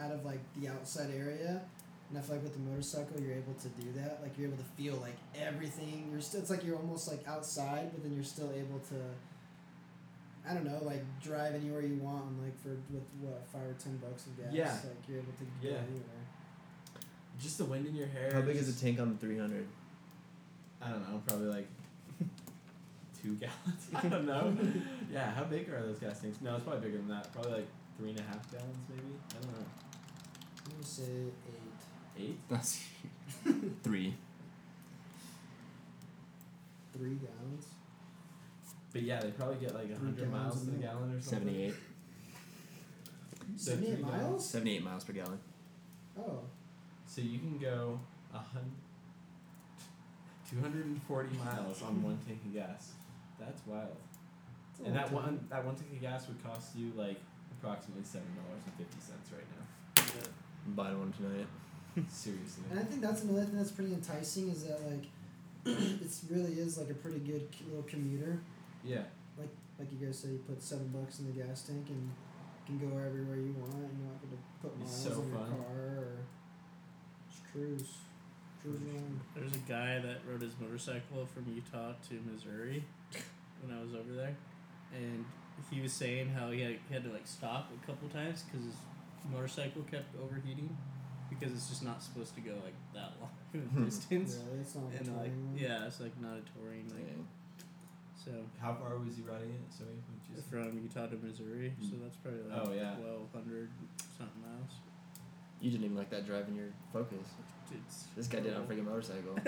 A: out of like the outside area. And I feel like with the motorcycle, you're able to do that. Like you're able to feel like everything. You're still. It's like you're almost like outside, but then you're still able to. I don't know, like drive anywhere you want, and like for with what five or ten bucks of gas,
B: Yeah.
A: like you're able to go
B: Yeah.
A: anywhere.
B: Just the wind in your hair.
F: How big is
B: just-
F: the tank on the 300?
B: I don't know. Probably like two gallons. I don't know. yeah. How big are those gas tanks? No, it's probably bigger than that. Probably like three and a half gallons, maybe. I don't know.
A: I'm gonna say eight.
B: Eight.
F: That's three.
A: Three gallons.
B: But yeah, they probably get like a
A: Three
B: hundred
A: gallons
B: miles
A: a
B: to the
A: minute.
B: gallon or something.
F: 78.
B: So
A: Seventy eight
B: three gallons.
A: miles?
F: 78 miles per gallon.
A: Oh.
B: So you can go a hundred, two hundred and forty miles on one tank of gas. That's wild.
A: that's a
B: And
A: long
B: that
A: time.
B: one that one tank of gas would cost you like approximately seven dollars and fifty cents right now.
F: I'm buying one tonight.
B: Seriously.
A: And I think that's another thing that's pretty enticing is that like it's really is like a pretty good c- little commuter.
B: Yeah.
A: Like you guys said, you put seven bucks in the gas tank and you can go everywhere you want. You're not going to put miles
B: It's so
A: on your
B: fun.
A: car or just cruise. Cruise around.
C: There's a guy that rode his motorcycle from Utah to Missouri when I was over there, and he was saying how he had, he had to like stop a couple times because his motorcycle kept overheating because it's just not supposed to go like that long of a distance.
A: Really, it's not a
C: And like
A: touring one.
C: yeah, it's like not a touring like so
B: How far was he riding it? Sorry, what'd you say?
C: from Utah to Missouri, so that's probably like
B: Oh, yeah.
C: twelve hundred something miles.
F: You didn't even like that driving your Focus.
C: It's
F: This guy did on a freaking motorcycle.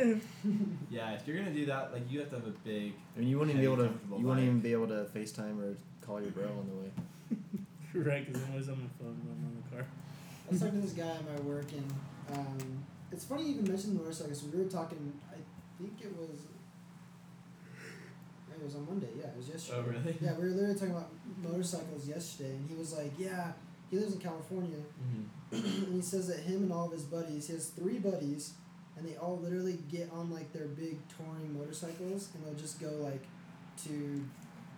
B: Yeah, if you're gonna do that, like you have to have a big
F: I mean, you wouldn't even be
B: Yeah,
F: able to.
B: comfortable
F: You wouldn't
B: bike.
F: even be able to FaceTime or call your bro on the way.
C: right because I'm always on my phone when I'm on the car.
A: I was talking to this guy at my work, and um, it's funny you even mentioned the motorcycles. We were talking, I think it was, it was on Monday. Yeah, it was yesterday.
B: Oh really?
A: Yeah, we were literally talking about motorcycles yesterday, and he was like, "Yeah, he lives in California,
B: Mm-hmm.
A: and he says that him and all of his buddies, he has three buddies, and they all literally get on like their big touring motorcycles, and they'll just go like to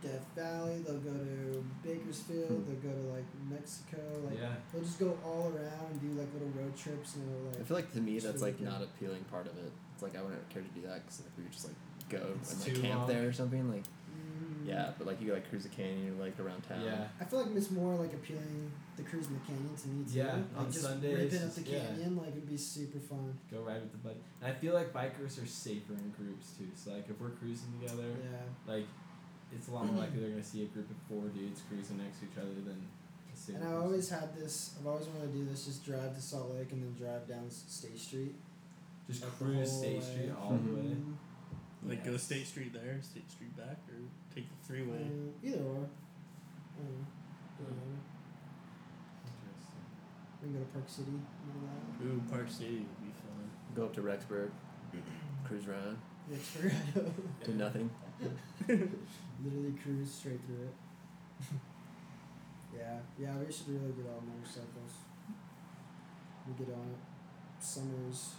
A: Death Valley, they'll go to Bakersfield, they'll go to like Mexico, like
B: yeah.
A: They'll just go all around and do like little road trips and they'll
F: I
A: like.
F: feel like to me that's like
A: Yeah.
F: not appealing part of it. It's like I wouldn't care to do that because like we would just like go
B: It's
F: and like
B: too
F: camp
B: long. Mm-hmm.
F: there or something. Like
A: Mm,
F: yeah, but like you go like cruise the canyon or like around town.
B: Yeah.
A: I feel like it's more like appealing the cruise in the canyon to me too.
B: Yeah,
A: like
B: on
A: just
B: Sundays,
A: ripping up the
B: yeah.
A: canyon, like it'd be super fun.
B: Go ride with the buddy. And I feel like bikers are safer in groups too. So like if we're cruising together,
A: Yeah,
B: like it's a lot more likely they're gonna see a group of four dudes cruising next to each other than a single
A: and I
B: person.
A: always had this. I've always wanted to do this. Just drive to Salt Lake and then drive down S- State Street.
B: just
A: like the
B: cruise
A: whole
B: State
A: way.
B: Street all the way.
A: Mm,
C: Mm-hmm. Like go
F: Yes.
C: State Street there, State Street back, or take the
A: uh,
C: freeway.
A: either or. Um,
B: Yeah.
A: yeah.
B: Interesting.
A: We can go to Park City. and all that.
C: Ooh, Park City would be fun.
F: Go up to Rexburg, cruise around,
A: It's for Idaho.
F: do nothing.
A: Literally cruise straight through it. yeah, yeah, we should really get on motorcycles. We get on it. Summers,